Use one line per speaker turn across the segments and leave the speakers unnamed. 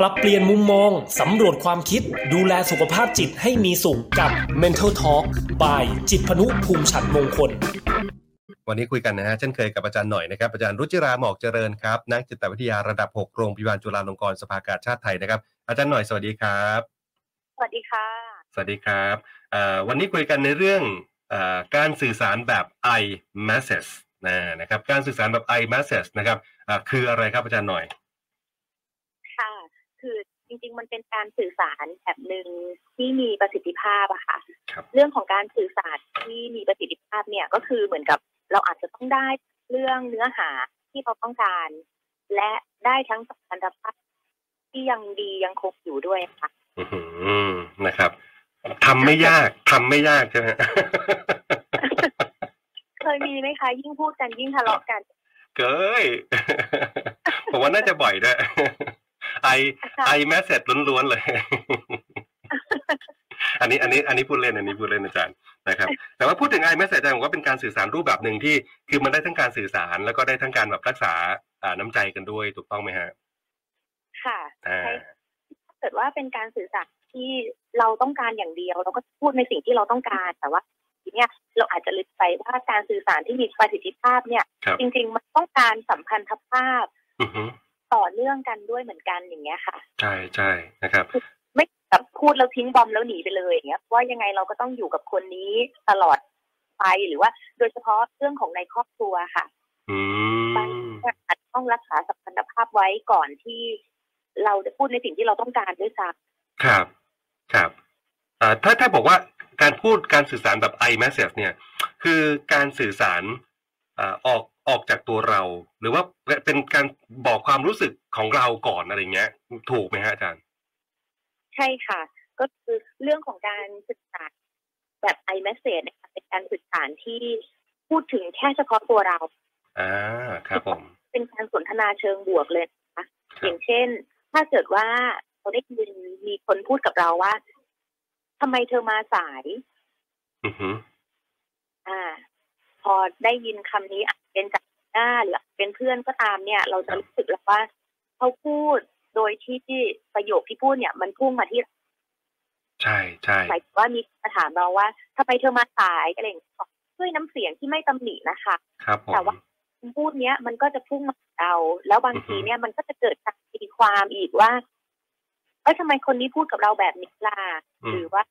ปรับเปลี่ยนมุมมอง สำรวจความคิด ดูแลสุขภาพจิตให้มีสุขกับ Mental Talk by จิตพนุภูมิฉันมงคล
วันนี้คุยกันนะฮะเช่นเคยกับอาจารย์หน่อยนะครับอาจารย์รุจิราหมอกเจริญครับนักจิตวิทยาระดับ 6 โรงพยาบาลจุฬาลงกรณ์สภากาชาติไทยนะครับ อาจารย์หน่อยสวัสดีครับ
สวัสดีค่ะ
สวัสดีครับเอ่อวันนี้คุยกันในเรื่องเออการสื่อสารแบบ i message นะนะครับการสื่อสารแบบ i message นะครับอ่าคืออะไรครับอาจารย์หน่อย
ค่ะ คือจริงๆ มันเป็นการสื่อสารแบบหนึ่งที่มีประสิทธิภาพอะค่ะ
ครับ
เรื่องของการสื่อสารที่มีประสิทธิภาพเนี่ยก็คือเหมือนกับเราอาจจะต้องได้เรื่องเนื้อหาที่เราต้องการ และได้ทั้งสัมพันธภาพที่ยังดียังคงอยู่ด้วยค่ะ
อื้อหือนะครับทำไม่ยากทำไม่ยากใช่ไหม
เคยมีไหมคะ ยิ่งพูดกันยิ่งทะเลาะกัน
เกย ผมว่าน่าจะบ่อยด้วย ไอไอแมสเซจล้ วนๆเลย อันนี้อันนี้อันนี้พูดเล่นอันนี้พูดเล่นอาจารย์นะครับ แต่ว่าพูดถึงไอแมสเซจอาจารย์ผมว่าเป็นการสื่อสารรูปแบบหนึ่งที่ คือมันได้ทั้งการสื่อสารแล้วก็ได้ทั้งการแบบรักษาอ่าน้ำใจกันด้วยถูกต้องไหมฮะ
ค่ะ
อ่า
ถ้าเกิดว่าเป็นการสื่อสารที่เราต้องการอย่างเดียว เราก็พูดในสิ่งที่เราต้องการ แต่ว่าทีเนี้ยเราอาจจะลืมไปว่าการสื่อสารที่มีประสิทธิภาพเนี่ย
ครับ
จริง ๆ มันต้องการสัมพันธภาพ
อือฮึ
ต่อเนื่องกันด้วยเหมือนกันอย่างเงี้ยค่ะ
ใช่ใช่นะครับ
ไม่แบบพูดแล้วทิ้งบอมแล้วหนีไปเลยอย่างเงี้ยเพราะว่ายังไงเราก็ต้องอยู่กับคนนี้ตลอดไปหรือว่า โดยเฉพาะเรื่องของในครอบครัวค่ะ
อื
บาง
ม
ทีอาจจะต้องรักษาสัมพันธภาพไว้ก่อนที่ เราจะพูดในสิ่งที่เราต้องการด้วยซ้ำ
ครับครับเอ่อถ้าถ้าบอกว่าการพูดการสื่อสารแบบ i message เนี่ย คือการสื่อสารเอ่อออกออกจากตัวเรา หรือว่าเป็นการบอกความรู้สึกของเราก่อนอะไรเงี้ย ถูกไหมฮะอาจารย์
ใช่ค่ะ ก็คือเรื่องของการศึกษารแบบ i m e s s a g e นะคะเป็นการสื่อสารที่พูดถึงแค่เฉพาะตัวเรา
อ่าครับผม
เป็นการสนทนาเชิงบวกเลยนะคะ
ครับ
อย่างเช่น ถ้าเกิดว่าเราได้ยินมีคนพูดกับเราว่าทำไมเธอมาสาย
อือฮึ
อ่า พอได้ยินคำนี้อาจเป็นจากหน้าหรืออาจเป็นเพื่อนก็ตามเนี่ย เราจะรู้สึกแล้วว่าเขาพูดโดยที่ประโยคที่พูดเนี่ย มันพุ่งมาที่
ใช่ใช่
หมายถึงว่ามีคนมาถามเราว่าทำไมเธอมาสายอะไรอย่างเงี้ยด้วยน้ำเสียงที่ไม่ตำหนินะคะ
ครับผม
แต่ว่า คำพูดเนี้ยมันก็จะพุ่งมาหาเรา แล้วบางทีเนี่ยมันก็จะเกิดการตีความอีกว่าเอ้ยทำไมคนนี้พูดกับเราแบบนี้ล่ะ
อืม
หรือว่า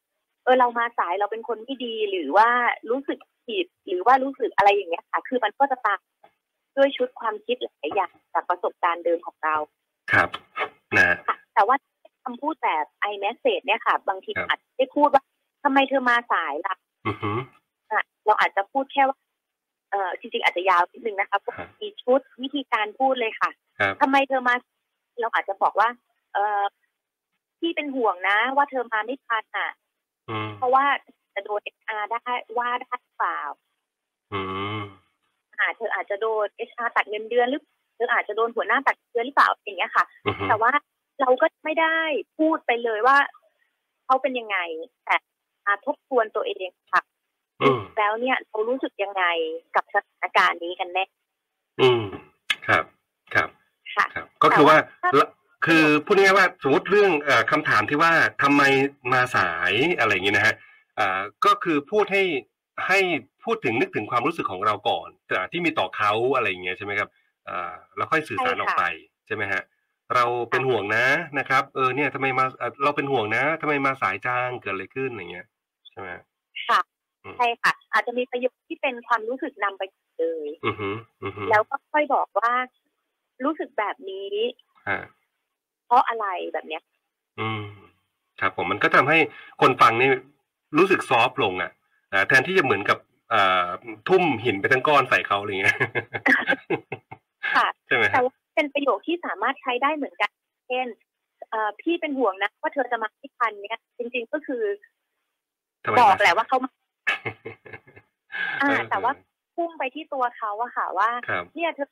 เออเรามาสายเราเป็นคนไม่ดีหรือว่ารู้สึกผิดหรือว่ารู้สึกอะไรอย่างเงี้ยค่ะ คือมันก็จะตามด้วยชุดความคิดหลายๆอย่างจากประสบการณ์เดิมของเรา
ครับนะฮะ
ค่ะแต่ว่าคำพูดแบบ i message เนี่ยค่ะ บางที
ครับ
อาจจะได้พูดว่าทำไมเธอมาสายล่ะ
อือฮึ
อ่ะเราอาจจะพูดแค่ว่าเออจริงๆอาจจะยาวนิดนึงนะคะ
ครับ
มีชุดวิธีการพูดเลยค่ะ
ครับ
ทำไมเธอมา เราอาจจะบอกว่า เออพี่เป็นห่วงนะ ว่าเธอมาไม่ทันอ่ะ
อืม
เพราะว่าจะโดนเออาร์ได้ว่าได้หรือเปล่า
อืม
อ่าเธออาจจะโดนเออาร์ตัดเงินเดือนหรือเธออาจจะโดนหัวหน้าตัดเงินเดือนหรือเปล่าอย่างเงี้ยค่ะ
อือฮึ
แต่ว่าเราก็ไม่ได้พูดไปเลยว่าเขาเป็นยังไง แต่มาทบทวนตัวเองค่ะ
อืม
แล้วเนี่ยเรารู้สึกยังไงกับสถานการณ์นี้กันแน่
อืมครับ ครับ
ค่ะ
ครับก็คือว่า
แต่ว่า
ละคือพูดง่ายๆว่าสมมติเรื่องเออคำถามที่ว่าทำไมมาสายอะไรอย่างนี้นะฮะอ่าก็คือพูดให้ให้พูดถึงนึกถึงความรู้สึกของเราก่อนแต่ที่มีต่อเขาอะไรอย่างเงี้ยใช่ไหมครับอ่าแล้วค่อยสื่อสาร
ใช่
อ
ค่ะ
อกไปใช่ไหมฮะเราเป็นห่วงนะนะครับ เออเนี่ยทำไมมาเอ่อเราเป็นห่วงนะทำไมมาสายจ้างเกิดอะไรขึ้นอย่างเงี้ยใช่ไหมฮะ
ค่ะใช่ค่ะ อาจจะมีประโยคที่เป็นความรู้สึกนำไปเลย
อือฮึอือฮึ
แล้วก็ค่อยบอกว่า รู้สึกแบบนี้
ฮะ
เพราะอะไรแบบเนี้ย
อืมครับผมมันก็ทำให้คนฟังนี่รู้สึกซอฟต์ลงอ่ะอ่าแทนที่จะเหมือนกับอ่าทุ่มหินไปทั้งก้อนใส่เขาอะไรเงี้ย
ค่ะ
ใช่ไหมค
แต่
รับ
ว่าเป็นประโยคที่สามารถใช้ได้เหมือนกัน เช่นเอ่อพี่เป็นห่วงนะว่าเธอจะมาที่ทันเนี่ย จริง ๆก็คือ
ทำไม
บอก
มา
แห ละว่าเขามา อ่า
เออ
แต่ว่า พุ่งไปที่ตัวเขาอะค่ะว่า
ครับ
เนี่ยเธอ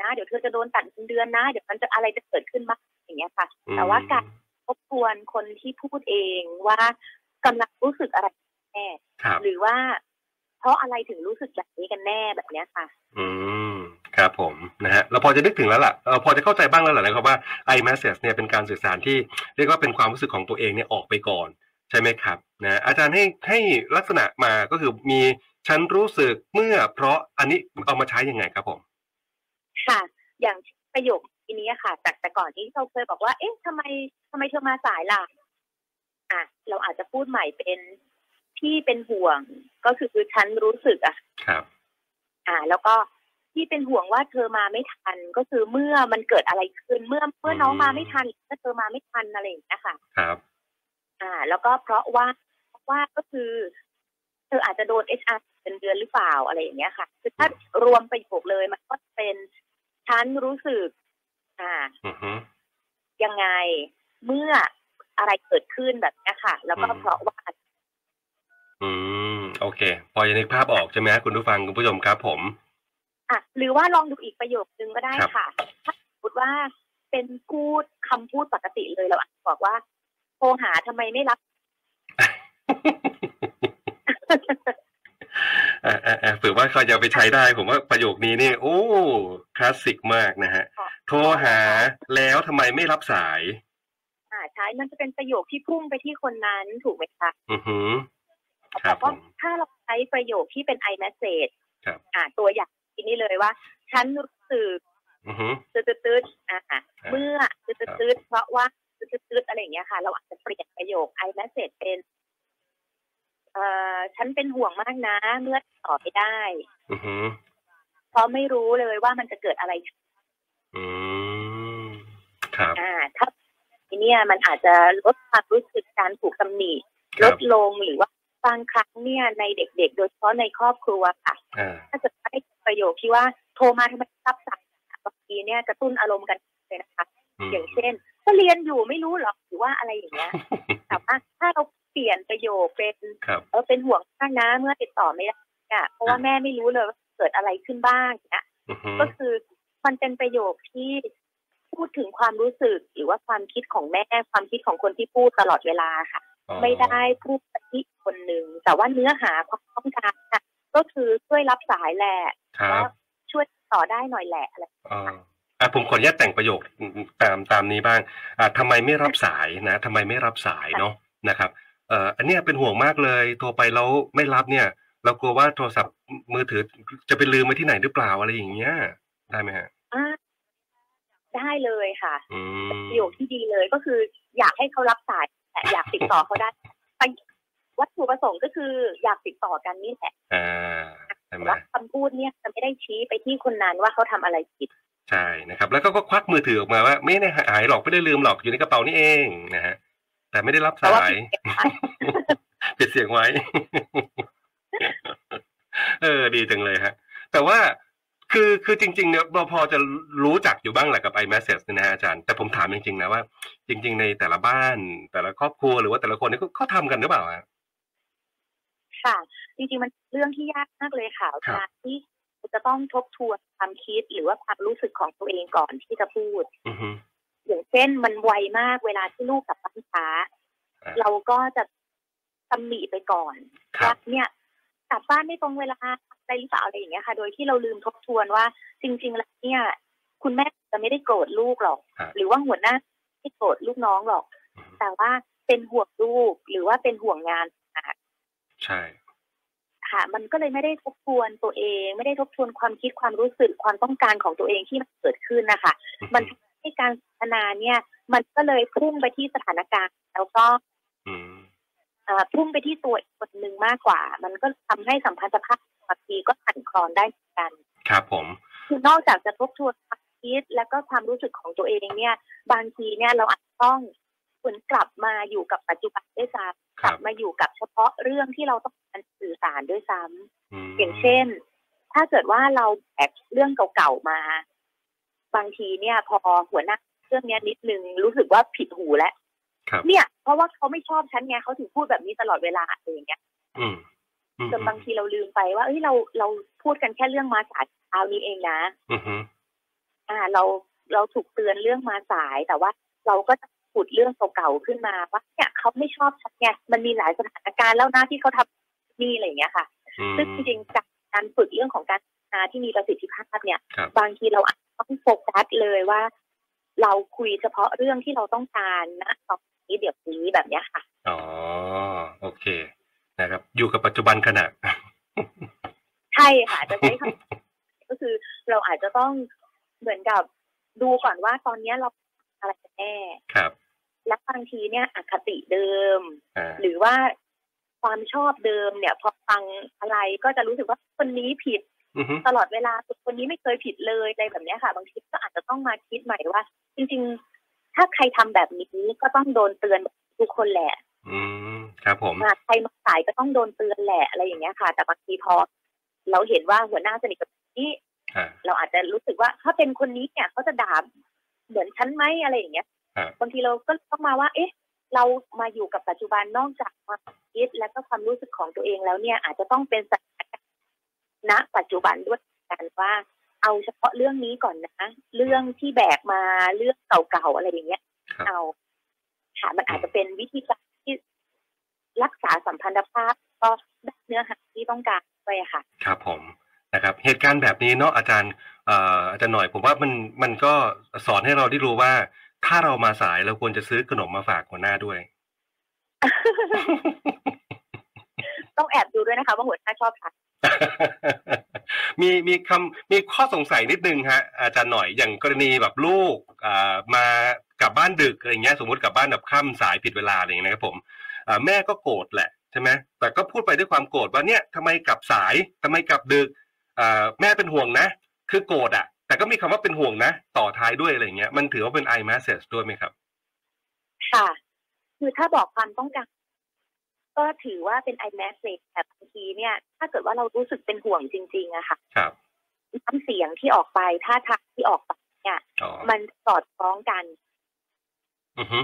นะเดี๋ยวเธอจะโดนตัดเงินเดือนนะ เดี๋ยวมันจะอะไรจะเกิดขึ้นมางอย่างเงี้ยค่ะ
อืม
แต่ว่าการทบทวนคนที่พูดเองว่ากำลังรู้สึกอะไรแน่
ครับ
หรือว่า เพราะอะไรถึงรู้สึกแบบนี้กันแน่แบบเนี้ยค่ะ
อืม ครับผมนะฮะเราพอจะนึกถึงแล้วล่ะเราพอจะเข้าใจบ้างแล้วแหละนะครับว่า i m e s s a g e เนี่ยเป็นการสื่อสารที่เรียกว่าเป็นความรู้สึกของตัวเองเนี่ยออกไปก่อน ใช่ไหมครับนะอาจารย์ให้ให้ลักษณะมาก็คือมีฉันรู้สึกเมื่อเพราะอันนี้เอามาใช้ยังไงครับผม
ค่ะ อย่างประโยคทีนี้ค่ะ จากแต่ก่อนที่เราเคยบอกว่า เอ๊ะทำไมทำไมเธอมาสายล่ะ อ่ะ เราอาจจะพูดใหม่เป็นพี่เป็นห่วง ก็คือคือฉันรู้สึกอ่ะ
ครับ
อ่า แล้วก็ที่เป็นห่วงว่าเธอมาไม่ทัน ก็คือเมื่อมันเกิดอะไรขึ้นเมื่อเมื่อน้องมาไม่ทันเมื่อเธอมาไม่ทันอะไรอย่างเงี้ยค่ะ
ครับ
อ่า แล้วก็เพราะว่าเพราะว่าก็คือ เธออาจจะโดนเอชอาร์เป็นเดือนหรือเปล่าอะไรอย่างเงี้ยค่ะ คือถ้ารวมประโยคเลยมันก็เป็นฉันรู้สึก อ่า
อือฮึ
ยังไงเมื่ออะไรเกิดขึ้นแบบเนี้ยค่ะ แล้วก็
อืม
เพราะว่า
อืมโอเค พอจะนึกภาพออกใช่ไหมฮะคุณผู้ฟังคุณผู้ชมครับผม
อ่ะ หรือว่าลองดูอีกประโยคนึงก็ได้
ครับ
ค่ะ ถ้าสมมติว่าเป็นพูดคำพูดปกติเลยเราอาจจะบอกว่าโทรหาทำไมไม่รับ
เอ่อเอ่อเอ่อฝึกว่าเขาจะเอาไปใช้ได้ ผมว่าประโยคนี้นี่ โอ้คลาสสิกมากนะฮะ
ค่ะ
โทรหาแล้วทำไมไม่รับสาย
อ่าใช่มันจะเป็นประโยคที่พุ่งไปที่คนนั้นถูกไหมคะ
อือหือ ครั
แต่
บผ
ก็
ม
ถ้าเราใช้ประโยคที่เป็น i message
ครับ
อ่า ตัวอย่างที่นี่เลยว่า ฉันรู้สึก
อือหือ
ตืดตืดตืดอ่าเมื่อตืดตืดตืดเพราะว่าตืดตืดตืดอะไรอย่างเงี้ยค่ะ เราอาจจะเปลี่ยนประโยค i message เป็นเอ่อฉันเป็นห่วงมากนะ เมื่อตอบไม่ได้
อือหือ
เพราะไม่รู้เลยว่ามันจะเกิดอะไรขึ้น
อืมครับ
อ่าถ้าทีเนี่ยมันอาจจะลดความรู้สึกการถูกตำหนิ
ค
ล
รับ
ดลงหรือว่าบางครั้งเนี่ย ในเด็กๆ โดยเฉพาะในครอบครัวค่ะ
อ่า
ถ้าเกิดว่าได้ประโยคที่ว่าโทรมาทำไมไม่รับสายบางทีเนี่ยกระตุ้นอารมณ์กันเลยนะคะ
อืม
อย่างเช่น ก็เรียนอยู่ไม่รู้หรอกหรือว่าอะไรอย่างเงี้ยแต่ว่าถ้าเราเปลี่ยนประโยคเป็น
ครับ
เออเป็นห่วงมากนะเมื่อติดต่อไม่ได้อะเพราะว่าแม่ไม่รู้เลยว่าเกิดอะไรขึ้นบ้างเนี่ย
อือหือ
ก็คือมันเป็นประโยคที่พูดถึงความรู้สึกหรือว่าความคิดของแม่ความคิดของคนที่พูดตลอดเวลาค่ะ
อ๋อ
ไม่ได้พูดไปที่คนหนึ่งแต่ว่าเนื้อหาความต้องการค่ะก็คือช่วยรับสายแหละ
ครับ
ช่วยต่อได้หน่อยแหละอะไร
อ๋ออ่ะผมขออนุญาตแต่งประโยคตามตามนี้บ้าง อ่ะทำไมไม่รับสายนะทำไมไม่รับสายเนาะนะครับ เอ่ออันเนี้ยเป็นห่วงมากเลย โทรไปแล้วไม่รับเนี่ย เรากลัวว่าโทรศัพท์มือถือจะไปลืมไว้ที่ไหนหรือเปล่าอะไรอย่างเงี้ย ได้ไหมฮะ
อ่าได้เลยค่ะ
อืม
ประโยคที่ดีเลยก็คือ อยากให้เขารับสายแต่อยากติดต่อเขาได้ไปวัตถุประสงค์ก็คืออยากติดต่อกันนี่แหละ
อ่าใช่
แต่
ไหม
ว่าคำพูดเนี่ยจะไม่ได้ชี้ไปที่คนนั้นว่าเขาทำอะไรผิด
ใช่นะครับ แล้วก็ก็ควักมือถือออกมาว่า ไม่ได้หายหรอกไม่ได้ลืมหรอกอยู่ในกระเป๋านี่เองนะฮะแต่ไม่ได้รับ
เพราะว่า
สาย
ผิดเก็บไว้
ปิดเสียงไว้ เออ ดีจังเลยฮะ แต่ว่าคือคือจริง ๆ เนี่ยเราพอจะรู้จักอยู่บ้างแหละกับ iMessage เนี่ยนะฮะอาจารย์ แต่ผมถามจริง ๆ นะว่า จริง ๆ ในแต่ละบ้าน แต่ละครอบครัวหรือว่าแต่ละคนเนี่ยเขาเขาทำกันหรือเปล่าฮะ
ค่ะ จริงๆ มันเรื่องที่ยากมากเลยค่ะ
ครับ
การที่จะต้องทบทวนความคิดหรือว่าความรู้สึกของตัวเองก่อนที่จะพูด
อือฮึ
อย่างเช่นมันไวมากเวลาที่ลูกกลับบ้านช้า
อ่า
เราก็จะตำหนิไปก่อน
ครั
ว่า
บ
เนี่ยกลับบ้านไม่ตรงเวลาอะไรหรือเปล่าอะไรอย่างเงี้ยค่ะ โดยที่เราลืมทบทวนว่า จริง ๆ แล้วเนี่ย คุณแม่จะไม่ได้โกรธลูกหรอก
ครับ
หรือว่าหัวหน้าไม่โกรธลูกน้องหรอก
อือฮึ
แต่ว่าเป็นห่วงลูกหรือว่าเป็นห่วงงานนะคะ
ใช่
ค่ะ มันก็เลยไม่ได้ทบทวนตัวเอง ไม่ได้ทบทวนความคิดความรู้สึกความต้องการของตัวเองที่มันเกิดขึ้นนะคะ
อือฮึ
มันทำให้การสนทนาเนี่ย มันก็เลยพุ่งไปที่สถานการณ์ แล้วก็
อืม
เอ่อพุ่งไปที่ตัวอีกคนหนึ่งมากกว่า มันก็ทำให้สัมพันธภาพบางทีก็สั่นคลอนได้เหมือนกัน
ครับผม
คือนอกจากจะทบทวนความคิดแล้วก็ความรู้สึกของตัวเองเนี่ย บางทีเนี่ยเราอาจจะต้องหวนกลับมาอยู่กับปัจจุบันด้วยซ้ำ
ค
ก
รั
ลั
บ
บมาอยู่กับเฉพาะเรื่องที่เราต้องการสื่อสารด้วยซ้ำ
อืม
อย่างเช่น ถ้าเกิดว่าเราแบกเรื่องเก่าๆมา บางทีเนี่ย พอหัวหน้าเรื่องเนี้ยนิดนึงรู้สึกว่าผิดหูแล้ว
ครับ
เนี่ย เพราะว่าเขาไม่ชอบฉันไงเขาถึงพูดแบบนี้ตลอดเวลาอะไรอย่างเงี้ย
อืมอืม
จนบางทีเราลืมไปว่าเอ้ยเราเราพูดกันแค่เรื่องมาสายเช้านี้เองนะ
อือฮึ
อ่า เราเราถูกเตือนเรื่องมาสายแต่ว่าเราก็จะขุดเรื่องเก่าๆขึ้นมาว่าเนี่ยเขาไม่ชอบฉันไงมันมีหลายสถานการณ์แล้วนะที่เขาทำนี่อะไรอย่างเงี้ยค่ะ
อืม
ซึ่งจริงๆจากการฝึกเรื่องของการ นาที่มีประสิทธิภาพเนี่ย
ครับ
บางทีเราอาจจะต้องโฟกัสเลยว่า เราคุยเฉพาะเรื่องที่เราต้องการนะตอนนี้เดี๋ยวนี้แบบเนี้ยค่ะ
อ๋อโอเคนะครับ อยู่กับปัจจุบันขณะ
ใช่ค่ะจะใช้คำ ก็คือเราอาจจะต้องเหมือนกับดูก่อนว่าตอนเนี้ยเราอะไรกันแน่
ครับ
และบางทีเนี่ยอคติเดิม
อ่า
หรือว่าความชอบเดิมเนี่ย พอฟังอะไรก็จะรู้สึกว่าคนนี้ผิด
อือฮึ
ตลอดเวลาคนนี้ไม่เคยผิดเลยอะไรแบบเนี้ยค่ะ บางทีก็อาจจะต้องมาคิดใหม่ว่า จริง ๆ ถ้าใครทำแบบนี้ก็ต้องโดนเตือนทุกคนแหละ
อืมครับผม
มาใครมาสายก็ต้องโดนเตือนแหละอะไรอย่างเงี้ยค่ะ แต่บางทีพอเราเห็นว่าหัวหน้าสนิทกับคนนี้
อ่า
เราอาจจะรู้สึกว่าถ้าเป็นคนนี้เนี่ยเขาจะด่าเหมือนฉันไหมอะไรอย่างเงี้ย
ครับ
บางทีเราก็ต้องมาว่า เอ๊ะ เรามาอยู่กับปัจจุบันนอกจากความคิดและก็ความรู้สึกของตัวเองแล้วเนี่ย อาจจะต้องเป็นสถานการณ์ณปัจจุบันด้วยกันว่า เอาเฉพาะเรื่องนี้ก่อนนะ เรื่องที่แบกมาเรื่องเก่าๆอะไรอย่างเงี้ย
ครับ
เอาค่ะมันอาจจะเป็นวิธีการที่รักษาสัมพันธภาพก็ได้เนื้อหาที่ต้องการด้วยอะค่ะ
ครับผมนะครับ เหตุการณ์แบบนี้เนาะอาจารย์เอ่ออาจารย์หน่อยผมว่ามันมันก็สอนให้เราได้รู้ว่า ถ้าเรามาสายเราควรจะซื้อขนมมาฝากหัวหน้าด้วย
ต้องแอบดูด้วยนะคะว่าหัวหน้าชอบทาน
มีมีคำมีข้อสงสัยนิดนึงฮะอาจารย์หน่อยอย่างกรณีแบบลูกอ่ามากลับบ้านดึกอะไรเงี้ยสมมติกลับบ้านแบบค่ำสายผิดเวลาอะไรเงี้ยนะครับผมอ่าแม่ก็โกรธแหละใช่ไหมแต่ก็พูดไปด้วยความโกรธว่าเนี่ยทำไมกลับสายทำไมกลับดึกอ่าแม่เป็นห่วงนะ คือโกรธอ่ะ แต่ก็มีคำว่าเป็นห่วงนะ ต่อท้ายด้วยอะไรเงี้ยมันถือว่าเป็น i message ด้วยไหมครับ
ค่ะ คือถ้าบอกความต้องการ ก็ถือว่าเป็น i message แต่บางทีเนี่ย ถ้าเกิดว่าเรารู้สึกเป็นห่วงจริงๆอะค่ะ
ครับ
น้ำเสียงที่ออกไปท่าทางที่ออกไปเนี่ย
อ๋อ
มันสอดคล้องกัน
อือฮึ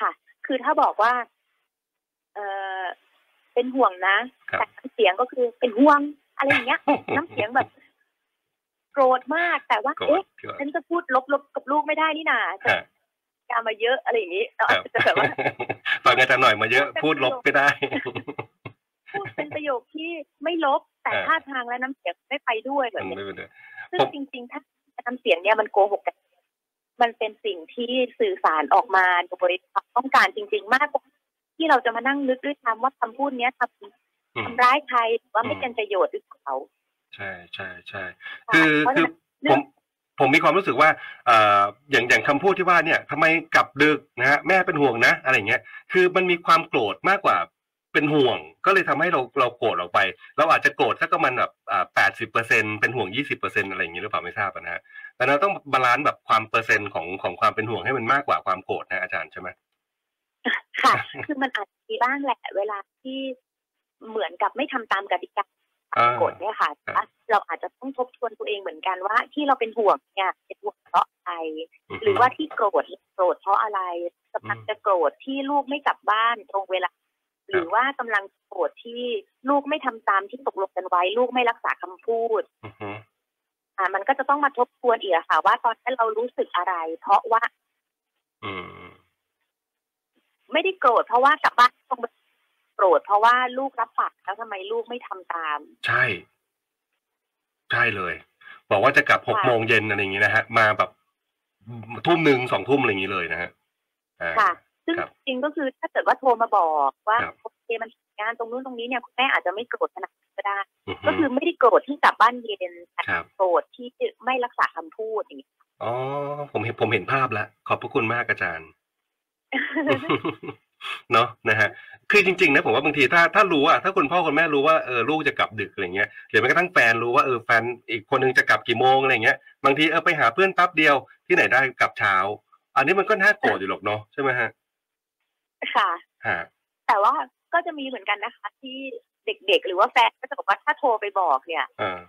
ค่ะ คือถ้าบอกว่า เออเป็นห่วงนะแต่น้ำเสียงก็คือเป็นห่วงอะไรอย่างเงี้ย น้ำเสียงแบบ โกรธมากแต่ว่า
โกร
เอ๊ะ
ธโกรธ
ฉันจะพูดลบๆกับลูกไม่ได้นี่นาฉัน
ฮะ
กามาเยอะอะไรอย่างนี้เราอาจจะแบบว่า
ฟังอาจารย์หน่อยมา เยอะพูดลบไม่ได้
พูดเป็นประโยคที่ไม่ลบแต่
อ่า
ท่าทางและน้ำเสียงไม่ไปด้วยแบบ
ไม่
เนี้ย
เป็นไร
ซึ่
ผ
ง
ม
จริงๆ ถ้าน้ำเสียงเนี่ยมันโกหกกัน มันเป็นสิ่งที่สื่อสารออกมาโดยบริษัทต้องการจริง ๆ มากกว่าที่เราจะมานั่งนึกด้วยซ้ำว่าคำพูดเนี้ยทำ
อืม
ทำร้ายใครหรือว่า
อืม
ไม่เป็นประโยชน์หรือเปล่า
ใช่ใช่ใช่
ค่ะ
คือ
เพราะ
คือ
ฉะนั้น
ผ
เรื่อง
มผมมีความรู้สึกว่าเอ่ออย่างอย่างคำพูดที่ว่าเนี่ยทำไมกลับดึกนะฮะแม่เป็นห่วงนะอะไรอย่างเงี้ยคือมันมีความโกรธมากกว่าเป็นห่วง ก็เลยทำให้เราเราโกรธออกไป เราอาจจะโกรธสักประมาณแบบแปดสิบเปอร์เซ็นเป็นห่วงยี่สิบเปอร์เซ็นอะไรอย่างงี้หรือเปล่าไม่ทราบอะนะฮะแต่เราต้องบาลานซ์แบบความเปอร์เซ็นต์ของของความเป็นห่วงให้มันมากกว่าความโกรธนะอาจารย์ใช่ไหม
ค่ะ คือมันอาจจะมีบ้างแหละ เวลาที่เหมือนกับไม่ทำตามกติกา
อ่าก
ฎเนี่ยค่ะแต่
ครับ
ว่าเราอาจจะต้องทบทวนตัวเองเหมือนกันว่า ที่เราเป็นห่วงเนี่ยเป็นห่วงเพราะอะไร
ฮึ
หรือว่าที่โกรธโกรธเพราะอะไรกำลังจะโกรธที่ลูกไม่กลับบ้านตรงเวลา หรือว่ากำลังโกรธที่ลูกไม่ทำตามที่ตกลงกันไว้ ลูกไม่รักษาคำพูด
อือฮึ
อ่ามันก็จะต้องมาทบทวนอีกอะค่ะ ว่าตอนนั้นเรารู้สึกอะไร เพราะว่า
อืม
ไม่ได้โกรธเพราะว่ากลับบ้านตรงเวลาโกรธเพราะว่าลูกรับปากแล้วทำไมลูกไม่ทำตาม
ใช่ ใช่เลย บอกว่าจะกลับหก
ค่ะ
โมงเย็นอะไรอย่างงี้นะฮะ มาแบบทุ่มหนึ่งสองทุ่มอะไรอย่างงี้เลยนะฮะอ่า
ค่ะ ซึ่ง
ครับ
จริงก็คือถ้าเกิดว่าโทรมาบอกว่า
ครับ
โอเคมันงานตรงนู้นตรงนี้เนี่ยคุณแม่อาจจะไม่โกรธขนาดนั้นก็ได้
อือฮึ
ก็คือไม่ได้โกรธที่กลับบ้านเย็นแต่
ครับ
โกรธที่ไม่รักษาคำพูดอย่างนี้
อ๋อ ผมเห็นผมเห็นภาพแล้ว ขอบพระคุณมากอาจาร ย์ เนาะนะฮะ คือจริงๆนะผมว่าบางทีถ้าถ้ารู้อะถ้าคุณพ่อคุณแม่รู้ว่าเออลูกจะกลับดึกอะไรเงี้ยหรือแม้กระทั่งแฟนรู้ว่าเออแฟนอีกคนนึงจะกลับกี่โมงอะไรเงี้ยบางทีเออไปหาเพื่อนแป๊บเดียวที่ไหนได้กลับเช้า อันนี้มันก็น่าโกรธอยู่หรอกเนาะใช่ไหมฮะ
ค่ะ
ฮะ
แต่ว่าก็จะมีเหมือนกันนะคะ ที่เด็กๆ หรือว่าแฟนก็จะบอกว่าถ้าโทรไปบอกเนี่ย
อ่า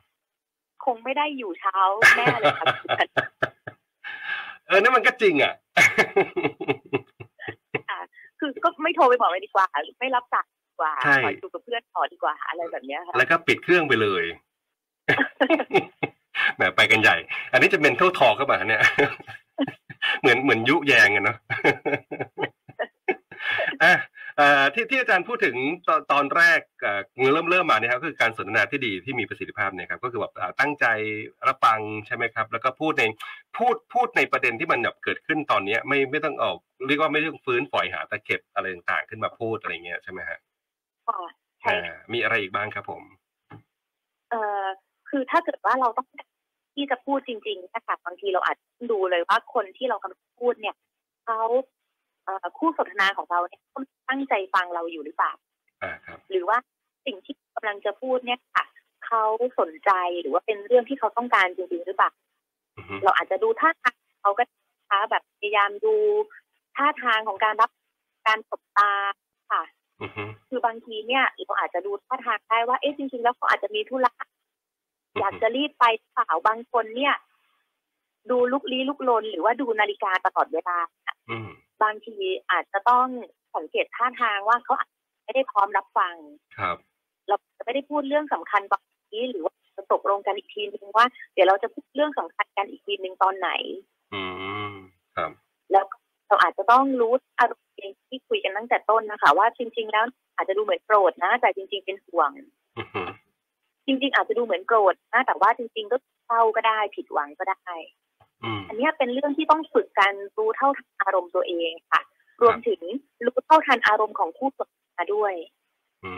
คงไม่ได้อยู่เช้าแน่เลยค่ะ
เออนั่นมันก็จริงอ่ะ
คือก็ไม่โทรไปบอกเลยดีกว่า ไม่รับสายดีกว่า
ใช่
ขออยู่กับเพื่อนต่อดีกว่าอะไรแบบเนี้ยค่ะ
แล้วก็ปิดเครื่องไปเลย แหมไปกันใหญ่ อันนี้จะเป็นเท่าทอเข้ามาเนี่ย เหมือนเหมือนยุแยงกันเนาะ อ่ะ เอ่อที่ที่อาจารย์พูดถึงตอนตอนแรกเอ่อเริ่มเริ่มมาเนี่ยครับก็คือการสนทนาที่ดีที่มีประสิทธิภาพเนี่ยครับก็คือแบบอ่าตั้งใจรับฟังใช่ไหมครับ แล้วก็พูดในพูดพูดในประเด็นที่มันแบบเกิดขึ้นตอนเนี้ยไม่ไม่ต้องออกเรียกว่าไม่ต้องฟื้นปล่อยหาตะเข็บอะไรต่างๆ ขึ้นมาพูดอะไรเงี้ยใช่ไหมฮะ
ค่ะใช่
อ่ามีอะไรอีกบ้างครับผม
เอ่อคือถ้าเกิดว่าเราต้องการที่จะพูดจริงๆนะคะบางทีเราอาจจะต้องดูเลยว่าคนที่เรากำลังพูดเนี่ยเขาเอ่อคู่สนทนาของเราเนี่ยเขาตั้งใจฟังเราอยู่หรือเปล่า
อ่าครับ
หรือว่าสิ่งที่กำลังจะพูดเนี่ยค่ะเขาสนใจหรือว่าเป็นเรื่องที่เขาต้องการจริงๆหรือเปล่า
อือฮึ
เราอาจจะดูท่าทางเขาก็นะคะแบบพยายามดูท่าทางของการรับการสบตาค่ะ
อือฮึ
คือบางทีเนี่ยเราอาจจะดูท่าทางได้ว่าเอ๊ะจริง ๆ แล้วเขาอาจจะมีธุระ อยากจะรีบไปสาวบางคนเนี่ย ดูลุกลี้ลุกลน หรือว่าดูนาฬิกาตลอดเวลา
อืม
บางทีอาจจะต้องสังเกตท่าทางว่าเขาอาจจะไม่ได้พร้อมรับฟัง
ครับ
เราจะไม่ได้พูดเรื่องสำคัญตอนนี้หรือว่าจะตกลงกันอีกทีนึงว่า เดี๋ยวเราจะพูดเรื่องสำคัญกันอีกทีนึงตอนไหน
อืมครับ
แล้วก็เราอาจจะต้องรู้อารมณ์เองที่คุยกันตั้งแต่ต้นนะคะ ว่าจริง ๆ แล้วอาจจะดูเหมือนโกรธนะ แต่จริง ๆ เป็นห่วง
อือฮึ
จริง ๆ อาจจะดูเหมือนโกรธนะแต่ว่าจริง ๆ ก็เศร้าก็ได้ผิดหวังก็ได้
อืม
อันเนี้ยเป็นเรื่องที่ต้องฝึกการรู้เท่าทันอารมณ์ตัวเองค่ะ รวมถึงรู้เท่าทันอารมณ์ของผู้สนทนาด้วย
อื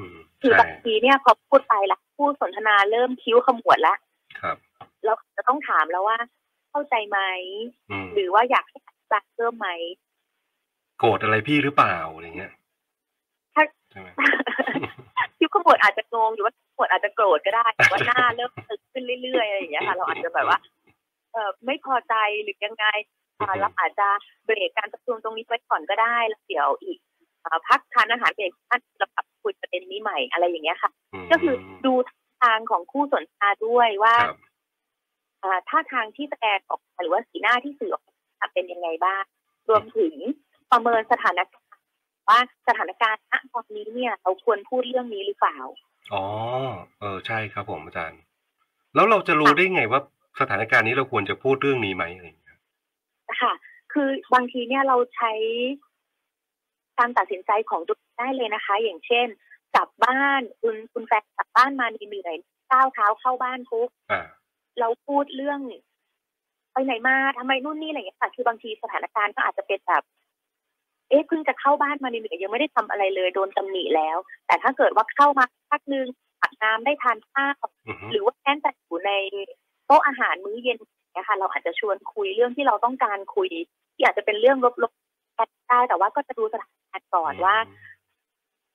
ม
คือบา
ใช่
งทีเนี่ยพอพูดไปละผู้สนทนาเริ่มคิ้วขมวดละ
ครับ
เราจะต้องถามแล้วว่า เข้าใจไหม
อืม
หรือว่าอยากให้อธิบายเพิ่ม ไหม
โกรธอะไรพี่หรือเปล่าอะไรเงี้ย
ถ้า
ใช่ไหม
คิ้วขมวดอาจจะงงหรือว่าขมวดอาจจะโกรธก็ได้หรือว่าหน้าเริ่มตึกขึ้นเรื่อยๆอะไรอย่างเงี้ยค่ะ เราอาจจะแบบว่า เออไม่พอใจหรือยังไงอ่า
อือฮึ
เราอาจจะเบรกการประชุมตรงนี้ไว้ก่อนก็ได้แล้วเดี๋ยวอีกอ่าพักทานอาหารเบรกท่านเรากลับมาคุยประเด็นนี้ใหม่อะไรอย่างเงี้ยค่ะ
ม
ก็คือดูทางของคู่สนทนาด้วยว่า
ครับ
อ่าท่าทางที่แสดงออกมาหรือว่าสีหน้าที่สื่อออกมาเป็นยังไงบ้าง รวมถึงประเมินสถานการณ์ว่าสถานการณ์ณตอนนี้เนี่ย เราควรพูดเรื่องนี้หรือเปล่า
อ๋อ เออ ใช่ครับผมอาจารย์ แล้วเราจะรู้ได้ไงว่าสถานการณ์นี้เราควรจะพูดเรื่องนี้ไหมอะไรเงี้ย
ค่ะ คือบางทีเนี่ยเราใช้ การตัดสินใจของตัวเองได้เลยนะคะ อย่างเช่นกลับบ้านคุณคุณแฟนกลับบ้านมาเหนื่อยๆก้าวเท้าเข้าบ้านปุ๊บ
อ่า
เราพูดเรื่อง ไปไหนมาทำไมนู่นนี่อะไรอย่างเงี้ยค่ะ คือบางทีสถานการณ์ก็อาจจะเป็นแบบ เอ๊ะเพิ่งจะเข้าบ้านมาเหนื่อยๆยังไม่ได้ทำอะไรเลยโดนตำหนิแล้ว แต่ถ้าเกิดว่าเข้ามาพักนึงอาบน้ำได้ทานข้าว
อือฮึ
หรือว่าแม้แต่อยู่ในโต๊ะอาหารมื้อเย็นเนี่ยค่ะ เราอาจจะชวนคุยเรื่องที่เราต้องการคุย ที่อาจจะเป็นเรื่องลบๆกันได้แต่ว่าก็จะดูสถานการณ์ก่อนว่า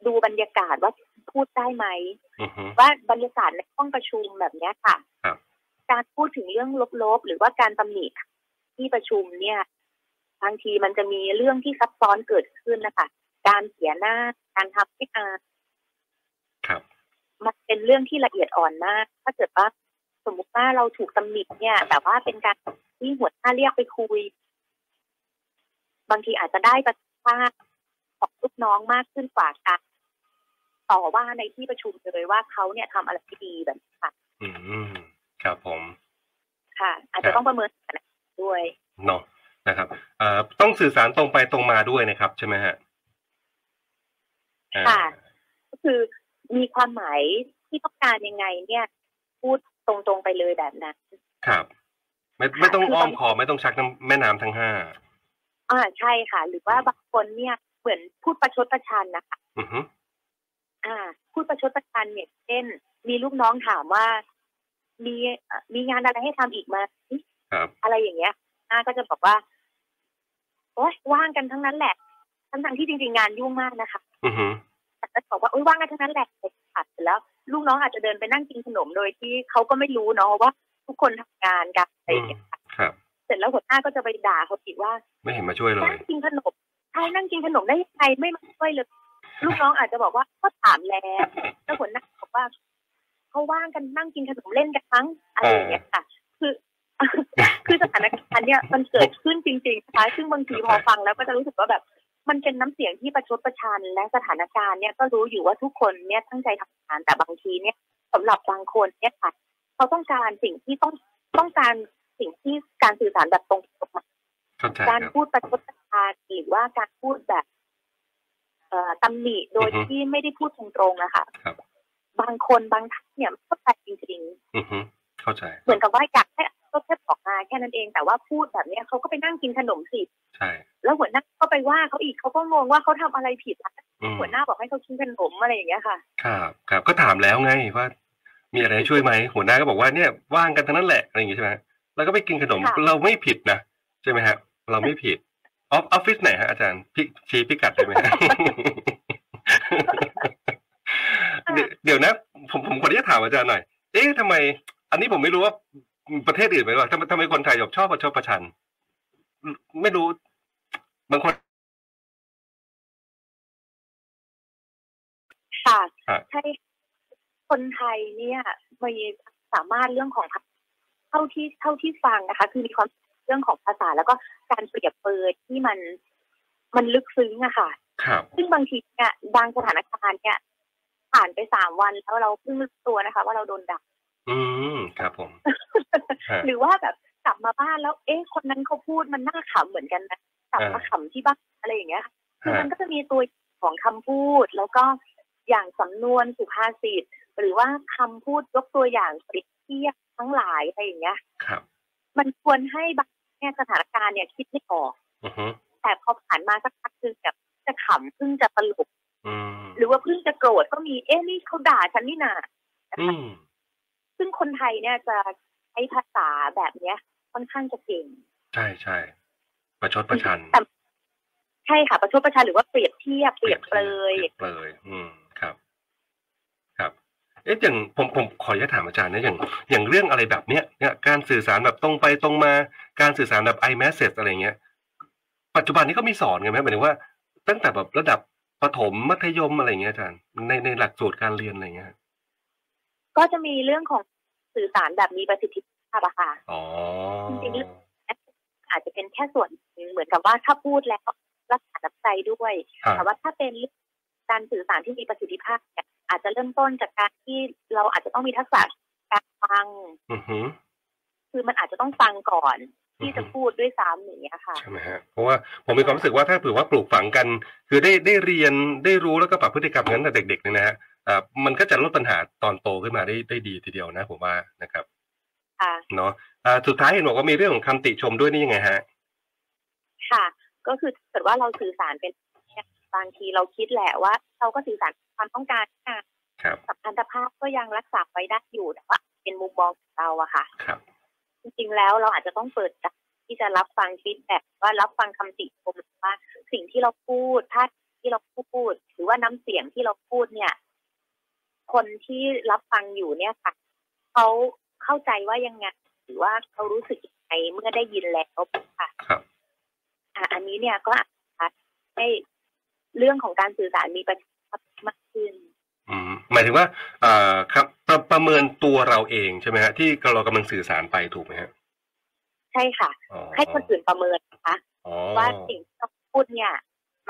ดูบรรยากาศว่าพูดได้ไหม
อือฮึ
ว่าบรรยากาศในห้องประชุมแบบเนี้ยค่ะ
ครับ
การพูดถึงเรื่องลบๆ หรือว่าการตำหนิที่ประชุมเนี่ยบางทีมันจะมีเรื่องที่ซับซ้อนเกิดขึ้นนะคะ การเสียหน้า การทำให้อาย
ครับ
มันเป็นเรื่องที่ละเอียดอ่อนมาก ถ้าเกิดว่าสมมุติว่าเราถูกตำหนิเนี่ย แต่ว่าเป็นการที่หัวหน้าเรียกไปคุย บางทีอาจจะได้ประสิทธิภาพของลูกน้องมากขึ้นกว่าการต่อว่าในที่ประชุมเลยว่าเขาเนี่ยทำอะไรที่ดีแบบนี้ค่ะ
อืม ครับผม
ค่ะ อาจจะต้องประเมินสถานการณ์ด้วย
เนาะ นะครับ เอ่อ ต้องสื่อสารตรงไปตรงมาด้วยนะครับ ใช่ไหมฮะอ่า
ค่ะ ก็คือมีความหมายที่ต้องการยังไง เนี่ย พูดตรงๆไปเลยแบบนั้น
ครับ ไม่ ไม่ต้องอ้อมคอมไม่ต้องชักน้ำแม่น้ำทั้งห้า
อ่าใช่ค่ะ หรือว่าบางคนเนี่ยเหมือนพูดประชดประชันนะคะ
อือฮึ
อ่าพูดประชดประชันเนี่ยเช่น มีลูกน้องถามว่า มีเอ่อมีงานอะไรให้ทำอีกไหมา
ครับ
อะไรอย่างเงี้ยอาก็จะบอกว่าโอ๊ยว่างกันทั้งนั้นแหละ ทั้งทที่จริงๆงานยุ่งมากนะคะ
อือฮึ
แต่ก็บอกว่าโอ๊ยว่างกันทั้งนั้นแหละผัดเสร็จแล้ว ลูกน้องอาจจะเดินไปนั่งกินขนมโดยที่เขาก็ไม่รู้เนาะว่าทุกคนทำงานกันอะไรอย่างเงี้ยค่ะ
ครับ
เสร็จแล้วหัวหน้าก็จะไปด่าเขาอีกว่า
ไม่เห็นมาช่วยเลย
นั่งกินขนมใช่นั่งกินขนมได้ยังไงไม่มาช่วยเลย ลูกน้องอาจจะบอกว่าก็ถามแล้วแล้วหัวหน้าบอกว่าเขาว่างกันนั่งกินขนมเล่นกันทั้งอะไรอย่างเงี้ยค่ะ คือ คือสถานการณ์เนี่ยมันเกิดขึ้นจริงๆนะคะซึ่งบางทีพอฟังแล้วก็จะรู้สึกว่าแบบ มันเป็นน้ำเสียงที่ประชดประชันและสถานการณ์เนี่ยก็รู้อยู่ว่าทุกคนเนี่ยตั้งใจทำงานแต่บางทีเนี่ยสำหรับบางคนเนี่ยค่ะ เขาต้องการสิ่งที่ต้องต้องการสิ่งที่การสื่อสารแบบตรงไปตรงมา
เข้าใจ
การ
ครับ
พูดประชดประชันหรือว่าการพูดแบบ เอ่อตำหนิโดย
อือฮึ
ที่ไม่ได้พูดตรงๆนะคะ
ครับ
บางคนบางท่านเนี่ยไม่เข้าใจจริงๆ
อือฮึเข้าใจ
เหมือนกับว่าอยากแค่ก็แค่บอกมาแค่นั้นเองแต่ว่าพูดแบบเนี้ยเขาก็ไปนั่งกินขนมสิ
ใช่
แล้วหัวหน้าก็ไปว่าเขาอีกเขาก็งงว่าเขาทำอะไรผิดอะ
อืม
หัวหน้าบอกให้เขากินขนมอะไรอย่างเงี้ยค่ะ
ครับครับก็ถามแล้วไงว่า มีอะไรช่วยไหมหัวหน้าก็บอกว่าเนี่ยว่างกันทั้งนั้นแหละอะไรอย่างงี้ใช่ไหมแล้วก็ไปกินขนม
ค่ะ
เราไม่ผิดนะใช่ไหมฮะ เราไม่ผิดออฟออฟฟิศไหนฮะอาจารย์พิชี้พิกัดได้ไหม ฮะ เดี๋ยวเดี๋ยวนะ ผมผมขออนุญาตถามอาจารย์หน่อย เอ๊ะทำไม อันนี้ผมไม่รู้ว่าประเทศอื่นไหมว่าทำไมทำไมคนไทยชอบชอบประชดประชัน ไม่รู้ บางคน
ค่ะ
ครับ
ใช่คนไทยเนี่ยมีสามารถเรื่องของภาษาเท่าที่เท่าที่ฟังนะคะ คือมีความเรื่องของภาษาแล้วก็การเปรียบเปรยที่มันมันลึกซึ้งอะค่ะ
ครับ
ซึ่งบางทีเนี่ยบางสถานการณ์เนี่ยผ่านไปสามวันแล้วเราเพิ่งรู้ตัวนะคะ ว่าเราโดนด่า
อืมครับผมฮะ
หรือว่าแบบกลับมาบ้านแล้ว เอ๊ะคนนั้นเขาพูดมันน่าขำเหมือนกันนะกลับมา
อ่า
ขำที่บ้านอะไรอย่างเงี้ยค่ะคือ
ฮะ
มันก็จะมีตัวของคำพูด แล้วก็อย่างสำนวนสุภาษิตหรือว่าคำพูดยกตัวอย่างเปรียบเทียบทั้งหลายอะไรอย่างเงี้ย
ครับ
มันควรให้บางแง่สถานการณ์เนี่ยคิดไม่ออก
อือฮึ
แต่พอผ่านมาสักพักคือแบบจะขำเพิ่งจะตลก
อืม
หรือว่าเพิ่งจะโกรธก็มีเอ๊ะนี่เขาด่าฉันนี่นา
อืม
ซึ่งคนไทยเนี่ยจะใช้ภาษาแบบเนี้ย ค่อนข้างจะเก่ง
ใช่ใช่ประชดประชัน
แต่ใช่ค่ะประชดประชันหรือว่าเปรียบเทียบเปรียบเปรย
เปรียบเปรยอืมครับ ครับ เอ๊ะอย่างผมผมขออนุญาตถามอาจารย์นะอย่าง อย่างเรื่องอะไรแบบเนี้ยเนี่ยการสื่อสารแบบตรงไปตรงมาการสื่อสารแบบ i message อะไรเงี้ย ปัจจุบันนี้ก็มีสอนกันไหมหมายถึงว่า ตั้งแต่แบบระดับประถมมัธยมอะไรเงี้ยอาจารย์ในในหลักสูตรการเรียนอะไรเงี้ย
ก็จะมีเรื่องของสื่อสารแบบมีประสิทธิภาพอะค่ะ
อ๋อ
จริง อาจจะเป็นแค่ส่วนหนึ่งเหมือนกับว่าถ้าพูดแล้วรักษาน้ำใจด้วย
ครับ
แต่ว่าถ้าเป็นเรื่องการสื่อสารที่มีประสิทธิภาพเนี่ยอาจจะเริ่มต้นจากการที่เราอาจจะต้องมีทักษะการฟัง
อือหือ
คือมันอาจจะต้องฟังก่อน ที่จะพูดด้วยซ้ำอย่างเงี้ยค่ะ
ใช่ไหมฮะเพราะว่าผมมีความรู้สึกว่าถ้าเผื่อว่าปลูกฝังกัน คือได้ได้เรียนได้รู้แล้วก็ปรับพฤติกรรมกันตั้งแต่เด็กๆเนี่ยนะฮะอ่ามันก็จะลดปัญหาตอนโตขึ้นมาได้ได้ดีทีเดียวนะผมว่านะครับ
ค่ะ
เนาะอ่าสุดท้ายเห็นบอกว่ามีเรื่องของคำติชมด้วยนี่ยังไงฮะ
ค่ะ ก็คือถ้าเกิดว่าเราสื่อสารเป็นเนี่ยบางทีเราคิดแหละว่า เราก็สื่อสารความต้องการนะ
ครับ
สัมพันธภาพก็ยังรักษาไว้ได้อยู่แต่ว่าเป็นมุมมองของเราอะค่ะ
ครับ
จริงๆแล้วเราอาจจะต้องเปิดใจที่จะรับฟังฟีดแบ็ว่ารับฟังคำติชมหรือว่าสิ่งที่เราพูดท่าทีที่เราพูด หรือว่าน้ำเสียงที่เราพูดเนี่ย คนที่รับฟังอยู่เนี่ยค่ะเขาเข้าใจว่ายังไงหรือว่าเขารู้สึกยังไงเมื่อได้ยินแล้วค่ะ
ครับ
อ่ะอันนี้เนี่ยก็อาจจะให้เรื่องของการสื่อสารมีประสิทธิภาพมากขึ้น
อืมหมายถึงว่าอ่าครับประประเมินตัวเราเองใช่ไหมฮะที่เรากำลังสื่อสารไปถูกไหมฮะ
ใช่ค่ะ
อ๋อ
ให้คนอื่นประเมินนะคะ
อ๋อ
ว่าสิ่งที่เราพูดเนี่ย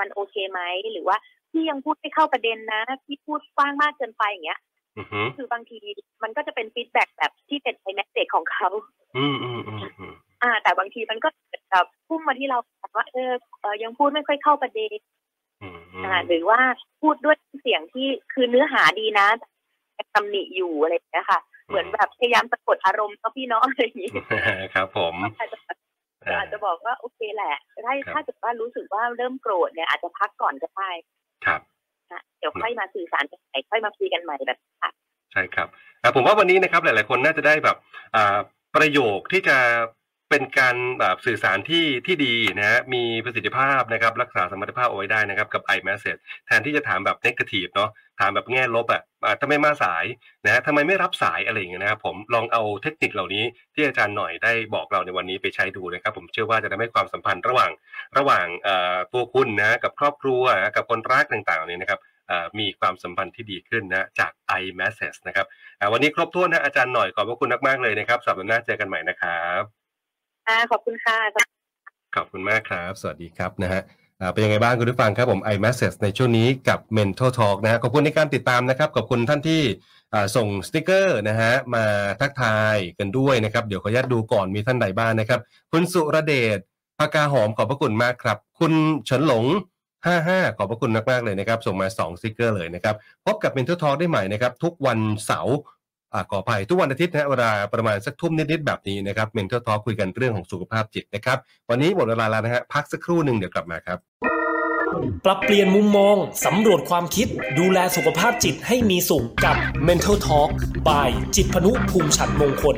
มันโอเคไหมหรือว่าพี่ยังพูดไม่เข้าประเด็นนะพี่พูดกว้างมากเกินไปอย่างเงี้ย
อือหือ
คือบางทีมันก็จะเป็นฟีดแบ็กแบบที่เป็นไอแมสเซจของเขา
อืมอืมอืมอืม
อ่า แต่บางทีมันก็เกิดแบบพุ่งมาที่เราว่าเออเออยังพูดไม่ค่อยเข้าประเด็น
อืมอืม
อ่าหรือว่าพูดด้วยเสียงที่คือเนื้อหาดีนะแต่ตำหนิอยู่อะไรอย่างเงี้ยค่ะ เหมือนแบบพยายามสะกดอารมณ์เขาพี่น้องอะไรอย่างงี้
ครับ ผม
อาจจะ
อ่า
อาจจะบอกว่าโอเคแหละถ้า
ครับ
ถ้าเกิดว่ารู้สึกว่าเริ่มโกรธเนี่ยอาจจะพักก่อนก็ได้
ครับ
นะเดี๋ยวค่อยมาสื่อสารกันใหม่ค่อยมาคุยกันใหม่แบบนี้ค่ะ
ใช่ครับอ่ะผมว่าวันนี้นะครับหลาย ๆ คนน่าจะได้แบบอ่าประโยคที่จะเป็นการแบบสื่อสารที่ที่ดีนะฮะมีประสิทธิภาพนะครับ รักษาสมรรถภาพเอาไว้ได้นะครับ กับ i message แทนที่จะถามแบบ negative เนาะถามแบบแง่ลบอะอ่ะทำไมมาสายนะฮะทำไมไม่รับสายอะไรอย่างเงี้ยนะครับผมลองเอาเทคนิคเหล่านี้ที่อาจารย์หน่อยได้บอกเราในวันนี้ไปใช้ดูนะครับ ผมเชื่อว่าจะทำให้ความสัมพันธ์ระหว่างระหว่างเอ่อตัวคุณนะกับครอบครัวนะกับคนรักต่าง ๆ เนี่ยนะครับ เอ่อมีความสัมพันธ์ที่ดีขึ้นนะจาก i m e s s a g e นะครับอ่าวันนี้ครบถ้วนนะอาจารย์หน่อยขอบพระคุณมาก ๆ เลยนะครับ สัปดาห์หน้าเจอกันใหม่นะครับ
อ่าขอบคุณค่ะ
ขอบคุณมากครับ สวัสดีครับนะฮะอ่าเป็นยังไงบ้างคุณผู้ฟังครับผม i m e s s a g e ในช่วงนี้กับ Mental Talk นะฮะขอบคุณในการติดตามนะครับ ขอบคุณท่านที่อ่าส่งสติกเกอร์นะฮะมาทักทายกันด้วยนะครับ เดี๋ยวขออนุญาตดูก่อนมีท่านใดบ้างนะครับ คุณสุรเดช ปากกาหอมขอบพระคุณมากครับ คุณเฉินหลง 55 ขอบพระคุณมากๆเลยนะครับ ส่งมา2สติกเกอร์เลยนะครับ พบกับ Mentor Talk ได้ใหม่นะครับ ทุกวันเสาร์อ่าขออภัยทุกวันอาทิตย์นะเวลาประมาณสักทุ่มนิดๆแบบนี้นะครับ Mentor Talk คุยกันเรื่องของสุขภาพจิตนะครับ วันนี้หมดเวลาแล้วนะฮะพักสักครู่หนึ่งเดี๋ยวกลับมาครับ
ปรับเปลี่ยนมุมมอง สำรวจความคิด ดูแลสุขภาพจิตให้มีสุขกับ Mental Talk by จิตพนุภูมิฉันมงคล